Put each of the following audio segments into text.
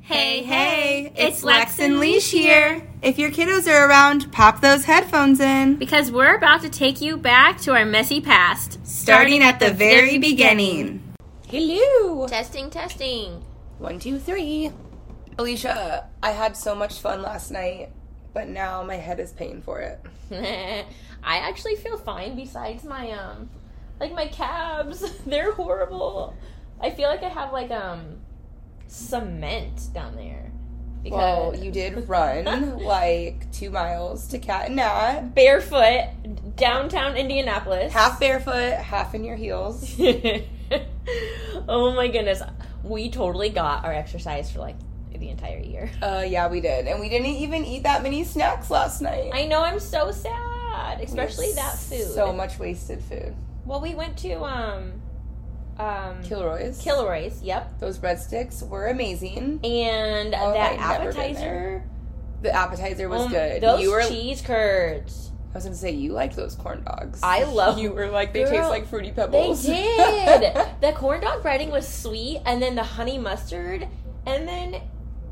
Hey, hey, it's Lex and Leash here. If your kiddos are around, pop those headphones in. Because we're about to take you back to our messy past. Starting at the very beginning. Hello. Testing, testing. One, two, three. Alicia, I had so much fun last night, but now my head is paying for it. I actually feel fine besides my, um, like my calves. They're horrible. I feel like I have, like, um, cement down there. Well, you did run like two miles to Cat and Nat, barefoot downtown Indianapolis. half barefoot, half in your heels. oh my goodness. We totally got our exercise for, like, the entire year. Uh, yeah, we did. And we didn't even eat that many snacks last night. I know I'm so sad, especially that food. So much wasted food. Well, we went to um, um, Kilroy's. Kilroy's. Yep, Those breadsticks were amazing. and Oh, that I've never been appetizer The appetizer was um, good. Those you were cheese curds. I was gonna say you like those corn dogs. I love- You were like they Girl, taste like fruity They pebbles. did. the corn dog breading was sweet, and then the honey mustard, and then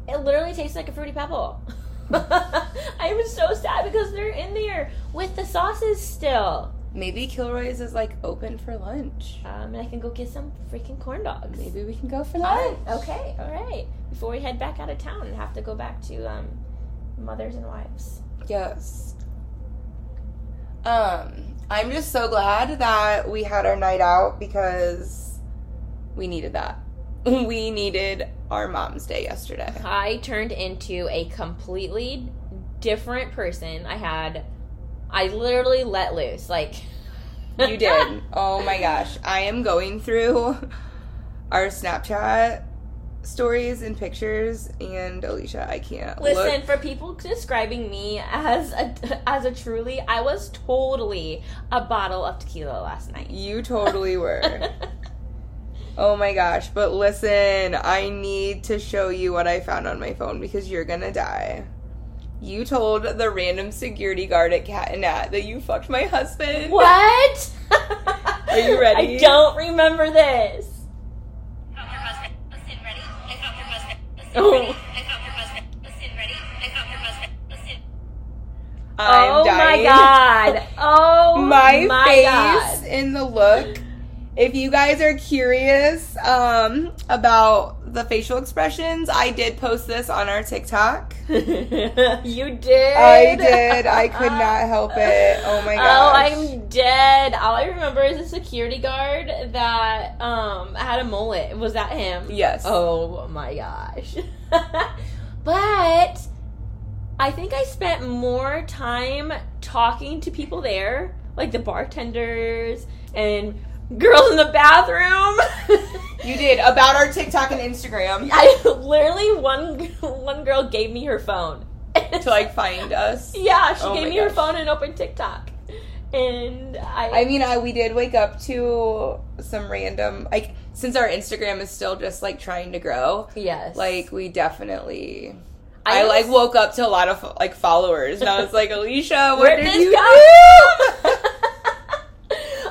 it literally tastes like a fruity pebble. I was so sad because they're in there with the sauces still. Maybe Kilroy's is like open for lunch. Um, and I can go get some freaking corn dogs. Maybe we can go for Alright, lunch. Okay, all right. Before we head back out of town and have to go back to um, mothers and wives. Yes. Um, I'm just so glad that we had our night out because we needed that. We needed our mom's day yesterday. I turned into a completely different person. I had, I literally let loose. Like, You did. oh my gosh. I am going through our Snapchat stories and pictures and Alicia, I can't look Listen, for people describing me as a as a truly, I was totally a bottle of tequila last night. You totally were. oh my gosh. But listen, I need to show you what I found on my phone because you're gonna die. You told the random security guard at Cat and Nat that you fucked my husband. what? Are you ready? I don't remember this. Oh. I'm oh my dying. god. Oh my, my, face in the look. If you guys are curious um, about the facial expressions, I did post this on our TikTok. god. you did. I did. I could not help it. Oh my gosh. Oh, I'm dead. All I remember is a security guard that um had a mullet. Was that him? Yes. Oh my gosh. but I think I spent more time talking to people there, like the bartenders and girls in the bathroom. You did about our TikTok and Instagram I literally one one girl gave me her phone. to like find us. yeah, she Oh gave my me her gosh. phone and opened TikTok, and I, I mean, I we did wake up to some random like since our Instagram is still just like trying to grow. yes, Like we definitely, I I, like was- woke up to a lot of like followers, and I was like, Alicia, what Where'd did this you go?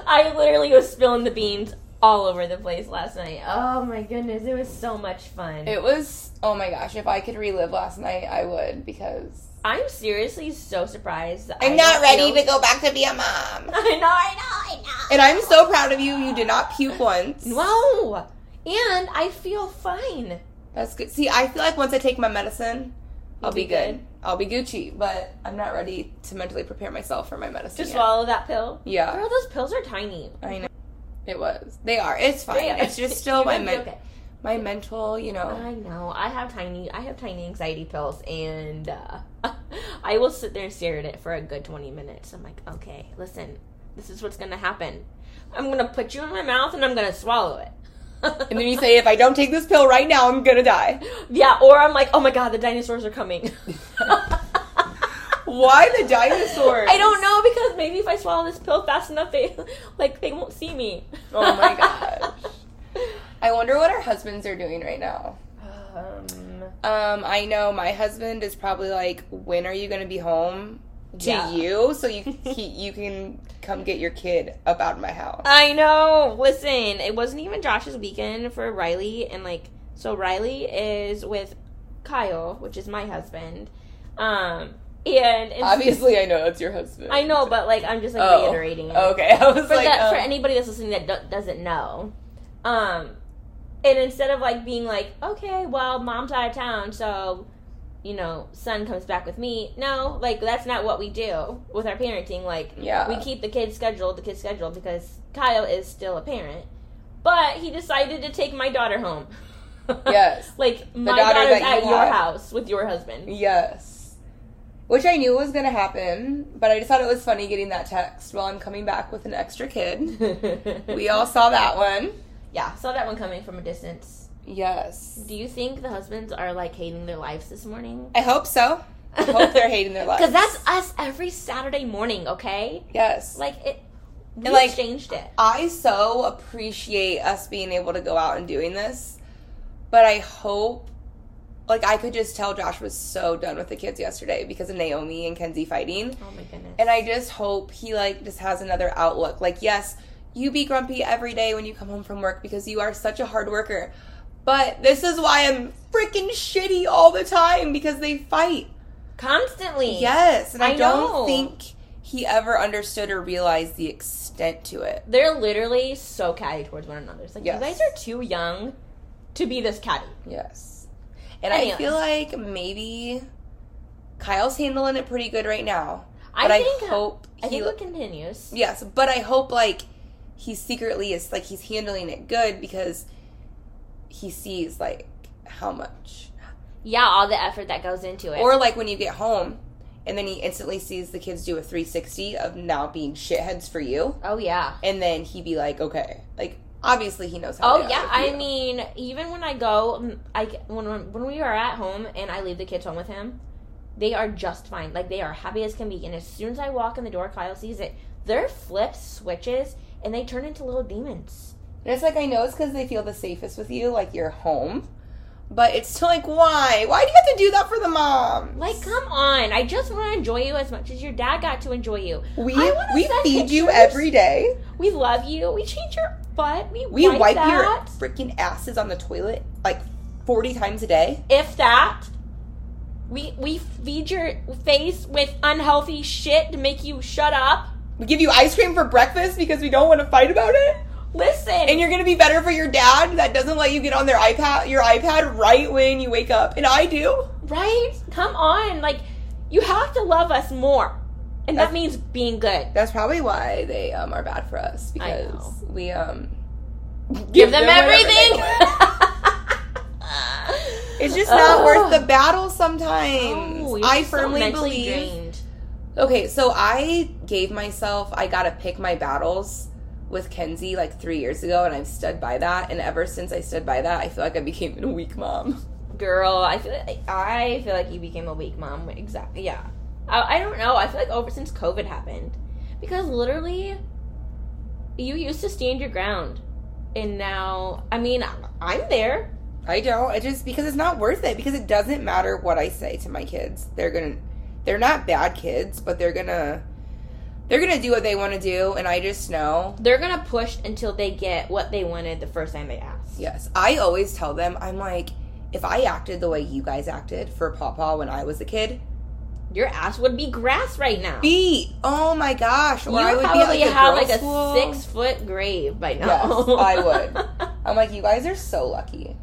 I literally was spilling the beans all over the place last night. Oh my goodness, it was so much fun. do? It was oh my gosh! If I could relive last night, I would because I'm seriously so surprised. that I I'm not didn't ready feel- to go back to be a mom. I know, I know, I know. And I'm so proud of you. You did not puke once. No, and I feel fine. That's good. See, I feel like once I take my medicine, I'll You'll be be good. I'll be Gucci, but I'm not ready to mentally prepare myself for my medicine. To yet. swallow that pill. Yeah, Girl, those pills are tiny. I know. It was. They are. It's fine. It's just still You're my gonna be men- okay. my mental. You know. I know. I have tiny. I have tiny anxiety pills, and uh, I will sit there and stare at it for a good twenty minutes. I'm like, okay, listen, this is what's gonna happen. I'm gonna put you in my mouth, and I'm gonna swallow it. And then you say, if I don't take this pill right now, I'm gonna die. yeah, or I'm like, oh my god, the dinosaurs are coming. Why the dinosaurs? I don't know because maybe if I swallow this pill fast enough, they like they won't see me. Oh my gosh. I wonder what our husbands are doing right now. Um, Um, I know my husband is probably like, when are you gonna be home? To Yeah. you, so you he, you can come get your kid up out of my house. I know. Listen, it wasn't even Josh's weekend for Riley, and like, so Riley is with Kyle, which is my husband. Um, and it's- Obviously, I know that's your husband. I know, but like I'm just like Oh. reiterating. It. Okay, I was for like, that, for um, anybody that's listening that do- doesn't know, um, and instead of like being like, okay, well, mom's out of town, so you know, son comes back with me. No, like that's not what we do with our parenting. Like yeah, we keep the kids scheduled, the kids scheduled because Kyle is still a parent, but he decided to take my daughter home. yes, like my daughter daughter's that you at your had. house with your husband. yes. Which I knew was gonna happen, but I just thought it was funny getting that text. Well, I'm coming back with an extra kid. We all saw that one. yeah saw that one coming from a distance. Yes, Do you think the husbands are like hating their lives this morning? I hope so. I hope they're hating their lives. Because that's us every Saturday morning, okay? yes. Like it, we And, like- changed it. I so appreciate us being able to go out and doing this, but I hope, like, I could just tell Josh was so done with the kids yesterday because of Naomi and Kenzie fighting. Oh my goodness. And I just hope he, like, just has another outlook. Like, yes, you be grumpy every day when you come home from work because you are such a hard worker, but this is why I'm freaking shitty all the time because they fight. Constantly. Yes. And I, I don't know. think he ever understood or realized the extent to it. They're literally so catty towards one another. It's like, Yes. you guys are too young to be this catty. Yes. And I Anyway. feel like maybe Kyle's handling it pretty good right now. I But I, think, hope I he think it continues. Yes, but I hope like he secretly is like he's handling it good because he sees like how much. Yeah, all the effort that goes into it. Or like when you get home and then he instantly sees the kids do a 360 of now being shitheads for you oh, yeah. and then he be like, "Okay." Like obviously he knows how Oh they are yeah, with I you. mean, even when I go, mm, I c- when when when we are at home and I leave the kids home with him, they are just fine. Like they are happy as can be. And as soon as I walk in the door, Kyle sees it. Their flip switches and they turn into little demons. And it's like I know it's because they feel the safest with you, like you're home. But it's still like, why? Why do you have to do that for the mom? Like, come on! I just want to enjoy you as much as your dad got to enjoy you. we I wanna we send feed you pictures. every day. We love you. We change your butt. We We wipe, wipe that. your freaking asses on the toilet like forty times a day. if that. We we feed your face with unhealthy shit to make you shut up. We give you ice cream for breakfast because we don't want to fight about it. Listen, And you're gonna be better for your dad that doesn't let you get on their iPad your iPad right when you wake up. And I do. Right? Come on. Like, you have to love us more. And that That's- means being good. That's probably why they um, are bad for us I know. because we um Give them whatever everything. they want. It's just not Ugh. worth the battle sometimes. No, Oh. you're I just so firmly mentally believe. drained. Okay, so I gave myself, I got to pick my battles with Kenzie like three years ago, and I've stood by that. And ever since I stood by that, I feel like I became a weak mom. Girl, I feel like, I feel like you became a weak mom. Exactly. Yeah. I, I don't know. I feel like over since COVID happened. Because literally, you used to stand your ground. And now, I mean, I'm there. I don't. I just, because it's not worth it, because it doesn't matter what I say to my kids. They're going to, they're not bad kids, but they're going to, they're going to do what they want to do. And I just know They're going to push until they get what they wanted the first time they asked. Yes. I always tell them, I'm like, if I acted the way you guys acted for Pawpaw when I was a kid, Your ass would be grass right now. be, oh my gosh, or you I would be probably at, like, a have girls' like a school. six foot grave by now. Yes, I would. I'm like, you guys are so lucky.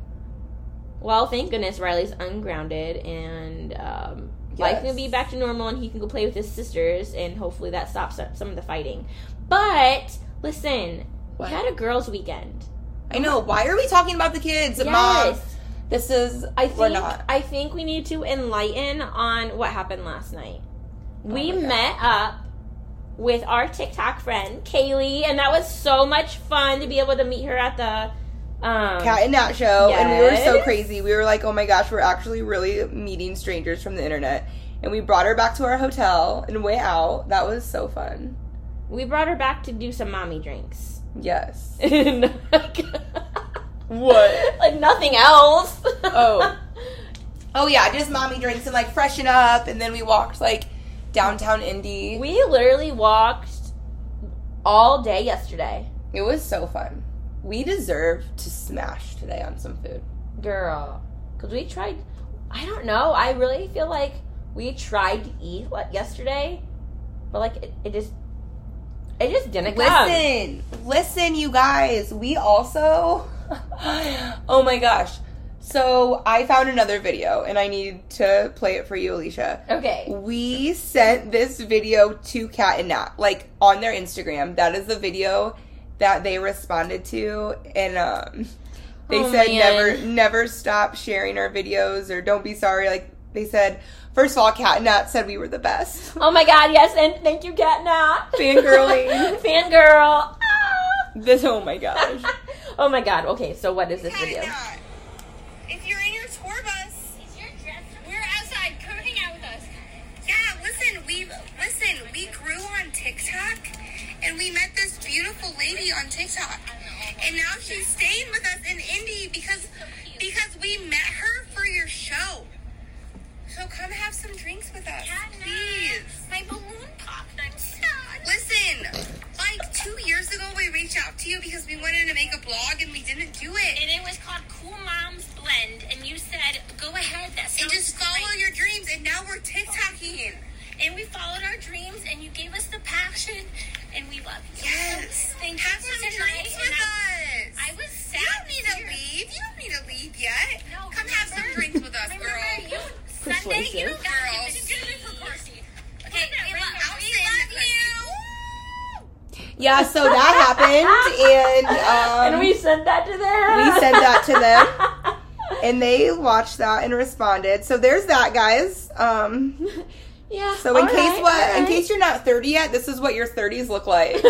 well, thank goodness Riley's ungrounded and um, life Yes. can be back to normal, and he can go play with his sisters, and hopefully that stops up some of the fighting. But listen, What? we had a girls' weekend. I know. Why are we talking about the kids, mom? Yes, This is I think we're not. I think we need to enlighten on what happened last night. we Oh my God. met up with our TikTok friend Kaylee, and that was so much fun to be able to meet her at the um, Cat and Nat show, and we were so Yes. crazy. We were like, oh my gosh, we're actually really meeting strangers from the internet. And we brought her back to our hotel and went out. That was so fun. We brought her back to do some mommy drinks. Yes. And, like, What? Like nothing else. Oh. Oh yeah, just mommy drinks and like freshen up, and then we walked like downtown Indy. we literally walked all day yesterday, it was so fun. We deserve to smash today on some food. girl, because we tried. I don't know. I really feel like we tried to eat what yesterday, but like it, it just it just didn't come. Listen, listen, you guys. We also. oh my gosh. So I found another video and I need to play it for you, Alicia. Okay. We sent this video to Cat and Nat, like on their Instagram. That is the video that they responded to, and um, they Oh, said man. never, never stop sharing our videos or don't be sorry. Like they said, first of all, Cat and Nat said we were the best. Oh my god, yes, and thank you, Cat Nat. Fangirling. Fangirl. This, oh my gosh. Ah. oh my god, okay, so what is this video? If you're in your tour bus, we're outside. Come hang out with us. Yeah, listen, we listen. We grew on TikTok, and we met this beautiful lady on TikTok, and now she's staying with us in Indy because because we met her for your show. So come have some drinks with us, please. My balloon popped. I'm sad. Listen, like two years ago, we reached out to you because we wanted to make a blog and we didn't do it. and it was called Cool Moms Blend, and you said, "Go ahead, that And sounds just follow great." your dreams, and now we're TikToking. And we followed our dreams, and you gave us the passion, and we love you. Yes. Thank Have you some for tonight. drinks with and us. I, I was sad. you don't need to here. leave. You don't need to leave yet. No, Come have some remember- drinks with us, remember girl. You, Sunday, you Persuasive. guys Girls. did it for Corsi. Okay, we Ring love, out, we we love you. Yeah, so that happened, and um, and we sent that to them. we sent that to them. and they watched that and responded. So there's that, guys. Um, yeah. so in all case right, what, all in right. case you're not 30 yet, this is what your 30s look like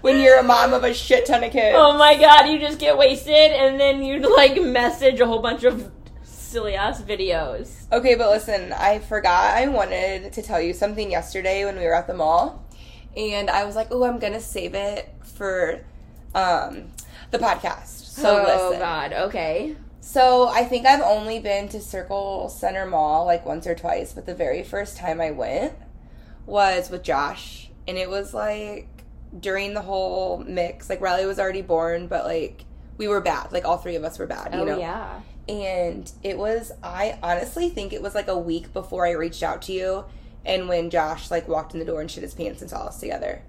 when you're a mom of a shit ton of kids. oh my god, you just get wasted and then you like message a whole bunch of silly ass videos. Okay, but listen, I forgot I wanted to tell you something yesterday when we were at the mall, and I was like, "Oh, I'm gonna save it for um, the podcast." So oh listen. god, okay. So I think I've only been to Circle Center Mall like once or twice, but the very first time I went was with Josh, and it was like during the whole mix. Like Riley was already born, but like we were bad. Like all three of us were bad. You oh know. yeah. And it was I honestly think it was like a week before I reached out to you, and when Josh like walked in the door and shit his pants and saw us together,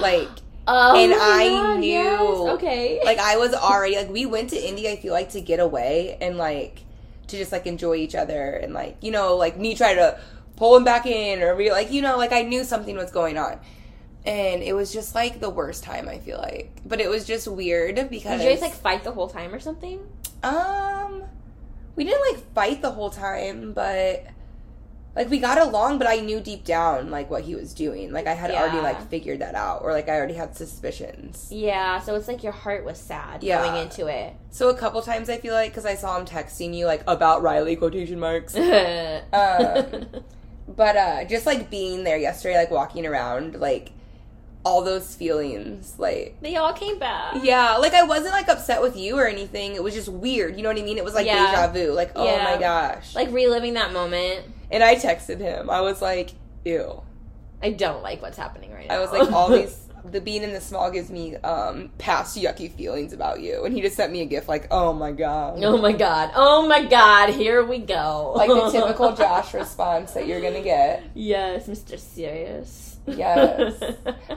like. Oh, And my I God, knew- yes, Okay. like I was already like we went to Indy. I feel like to get away and like to just like enjoy each other and like you know like me try to pull him back in or we like you know like I knew something was going on, and it was just like the worst time I feel like. But it was just weird because Did you guys like fight the whole time or something? um we didn't like fight the whole time, but. Like we got along, but I knew deep down like what he was doing. Like I had already Yeah. like figured that out, or like I already had suspicions. Yeah, so it's like your heart was sad Yeah. going into it. So a couple times I feel like because I saw him texting you like about Riley quotation marks, Um, but uh just like being there yesterday, like walking around, like all those feelings, like they all came back. yeah, like I wasn't like upset with you or anything. It was just weird, you know what I mean? It was like Yeah. deja vu, like oh Yeah. my gosh. Like reliving that moment. and I texted him. I was like, ew. I don't like what's happening right now. I was like all these. The being in the small gives me um past yucky feelings about you, and he just sent me a gift like, "Oh my god, Oh my god. Oh my god. Here we go. like the typical Josh response that you're gonna get." Yes, Mr. Serious. Yes.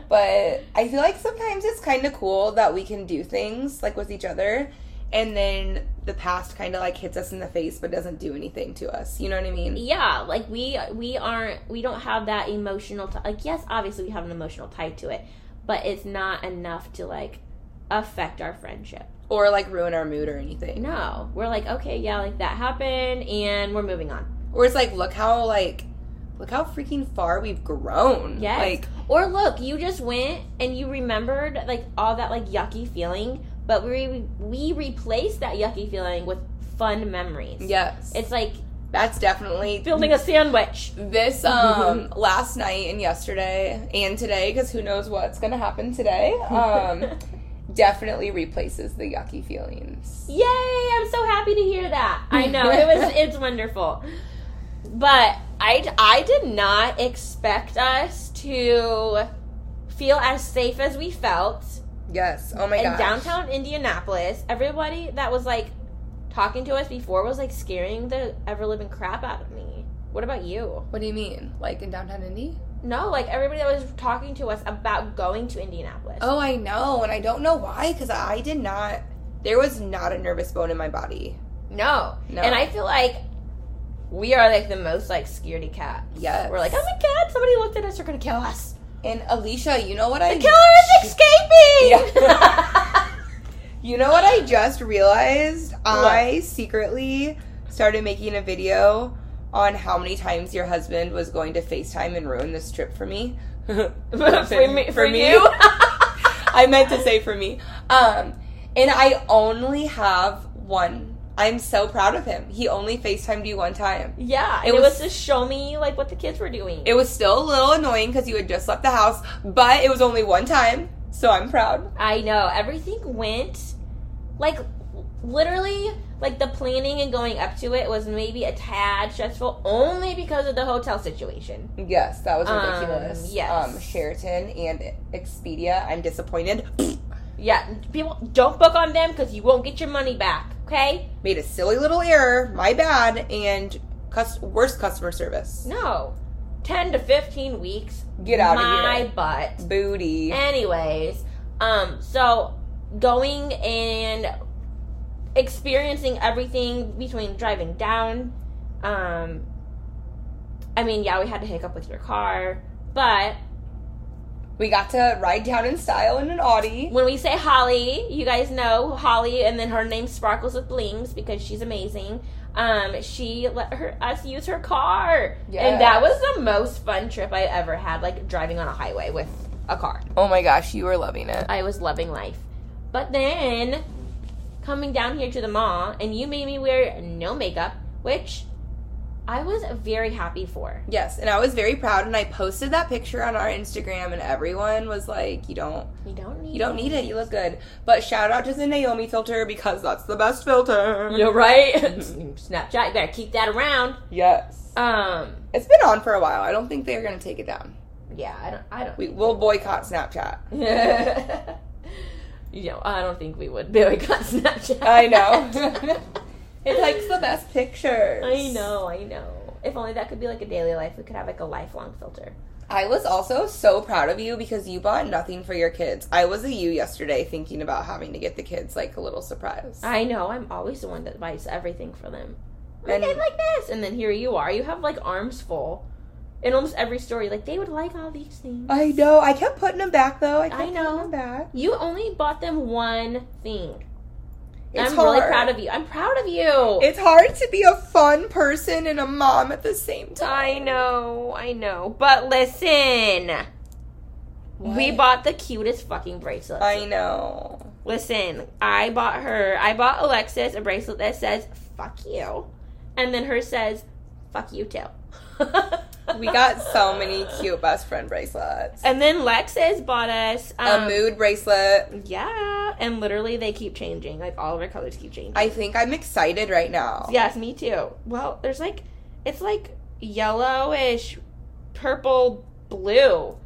But I feel like sometimes it's kind of cool that we can do things like with each other, and then the past kind of like hits us in the face but doesn't do anything to us. You know what I mean? yeah, like we we aren't we don't have that emotional t- like yes, obviously we have an emotional tie to it, but it's not enough to like affect our friendship. Or like ruin our mood or anything. No, we're like okay, yeah, like that happened and we're moving on. Or it's like, look how like, look how freaking far we've grown. Yes. Like, Or look, you just went and you remembered like all that like yucky feeling, but we we replaced that yucky feeling with fun memories. yes, It's like that's definitely building a sandwich. This um last night and yesterday and today, because who knows what's gonna happen today. Um, definitely replaces the yucky feelings. Yay! I'm so happy to hear that. I know it was it's wonderful, but I I did not expect us to feel as safe as we felt Yes. Oh my in god. downtown Indianapolis. Everybody that was like talking to us before was like scaring the ever living crap out of me. What about you? What do you mean? Like in downtown Indy? No, like everybody that was talking to us about going to Indianapolis. Oh, I know, and I don't know why because I did not. There was not a nervous bone in my body. No. No. And I feel like we are like the most like scaredy cat. Yes. We're like, oh my god, somebody looked at us, they're gonna kill us. And Alicia, you know what I? The killer is escaping! You know what I just realized? I secretly started making a video on how many times your husband was going to FaceTime and ruin this trip for me. for me, for, For me? you? I meant to say for me. Um, and I only have one. I'm so proud of him. He only FaceTimed you one time. yeah, it, It was, was- to show me like what the kids were doing. It was still a little annoying because you had just left the house, but it was only one time, so I'm proud. I know everything went like literally like the planning and going up to it was maybe a tad stressful only because of the hotel situation. Yes, that was Um, ridiculous. yes. Um, Sheraton and Expedia, I'm disappointed. Yeah, people don't book on them because you won't get your money back. Okay? Made a silly little error, my bad, and cus- worst customer service. No, ten to fifteen weeks. Get out my of here. butt. Booty. Anyways, um, so going and experiencing everything between driving down, um, I mean, yeah, we had to hiccup with your car, but We got to ride down in style in an Audi. when we say Holly, you guys know Holly, and then her name sparkles with blings because she's amazing. Um, she let her us use her car, and that was the most fun trip I ever had, like driving on a highway with a car. Oh my gosh, you were loving it. I was loving life. But then coming down here to the mall and you made me wear no makeup, which I was very happy for. Yes, and I was very proud and I posted that picture on our Instagram and everyone was like, You don't You don't need you don't need it, you look good. But shout out to the Naomi filter because that's the best filter. You're right. Snapchat, you better keep that around. Yes. Um It's been on for a while. I don't think they're gonna take it down. yeah, I don't I don't We will boycott Snapchat. You know, I don't think we would boycott Snapchat. I know. It likes the best pictures. I know, I know. If only that could be like a daily life, we could have like a lifelong filter. I was also so proud of you because you bought nothing for your kids. I was a you yesterday thinking about having to get the kids like a little surprise. I know. I'm always the one that buys everything for them. Like, And- I'd like this, and then here you are. You have like arms full. In almost every story, like they would like all these things. I know. I kept putting them back though. I, kept I know. Putting them back. You only bought them one thing. And It's I'm hard. really proud of you. I'm proud of you. It's hard to be a fun person and a mom at the same time. I know, I know. But listen, we What? bought the cutest fucking bracelet. I know. Listen, I bought her, I bought Alexis a bracelet that says, fuck you. And then her says, fuck you too. We got so many cute best friend bracelets. And then Lexus bought us um, a mood bracelet. Yeah, and literally they keep changing. Like all of our colors keep changing. I think I'm excited right now. yes, me too. Well, there's like, it's like yellowish, purple, blue.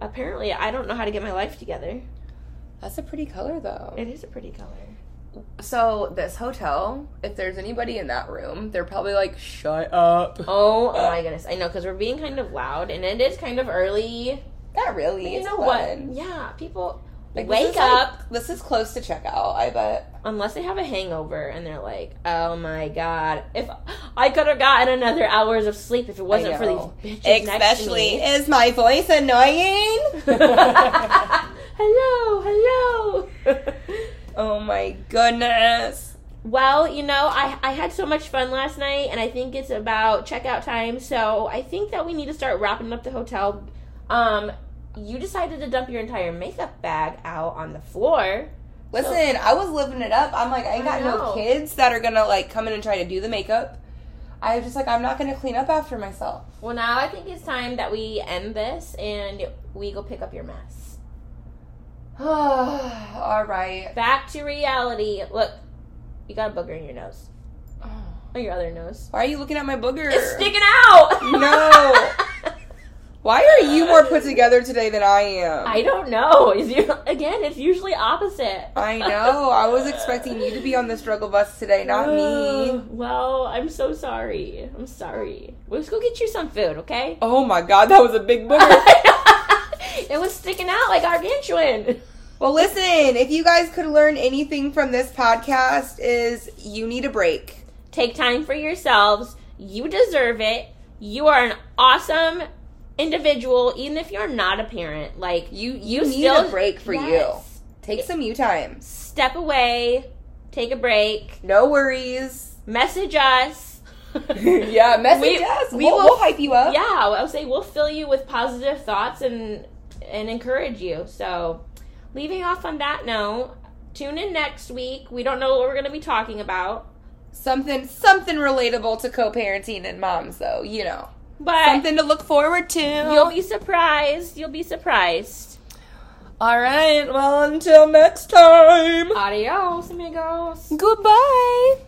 Apparently, I don't know how to get my life together. That's a pretty color though. It is a pretty color. So this hotel, if there's anybody in that room, they're probably like, "Shut up." Oh my goodness, I know because we're being kind of loud and it is kind of early. Not really. You it's know fun. what? Yeah, people Like, this wake is, up like- this is close to checkout. I bet. unless they have a hangover and they're like, "Oh my god, if I could have gotten another hours of sleep if it wasn't for know. these bitches Especially, next is my voice to me." annoying? hello, hello. oh my goodness. well, you know, I I had so much fun last night, and I think it's about checkout time, so I think that we need to start wrapping up the hotel. Um, you decided to dump your entire makeup bag out on the floor. Listen, I was living it up. I'm like, I ain't I got no know. kids that are gonna like come in and try to do the makeup. I was just like, I'm not gonna clean up after myself. Well, now I think it's time that we end this and we go pick up your mess. All right. Back to reality. Look, you got a booger in your nose. Or your other nose. Why are you looking at my booger? It's sticking out! No. Why are you more put together today than I am? I don't know. It's you again? It's usually opposite. I know. I was expecting you to be on the struggle bus today, not me. Oh, Well, I'm so sorry. I'm sorry. Let's go get you some food, okay? Oh my god, that was a big booger. it was sticking out like gargantuan. well, listen, if you guys could learn anything from this podcast is you need a break. Take time for yourselves. You deserve it. You are an awesome individual, even if you're not a parent. Like You You you, need still- a break for Yes. you. Take some you time. step away, take a break, No worries. message us. yeah, message We- us. we we'll, will- we'll hype you up. Yeah, I'll say we'll fill you with positive thoughts and and encourage you. So, leaving off on that note, tune in next week. We don't know what we're going to be talking about, Something something relatable to co-parenting and moms though, you know. but Something to look forward to. you'll be surprised. You'll be surprised. All right. Well, until next time. Adios, amigos. Goodbye.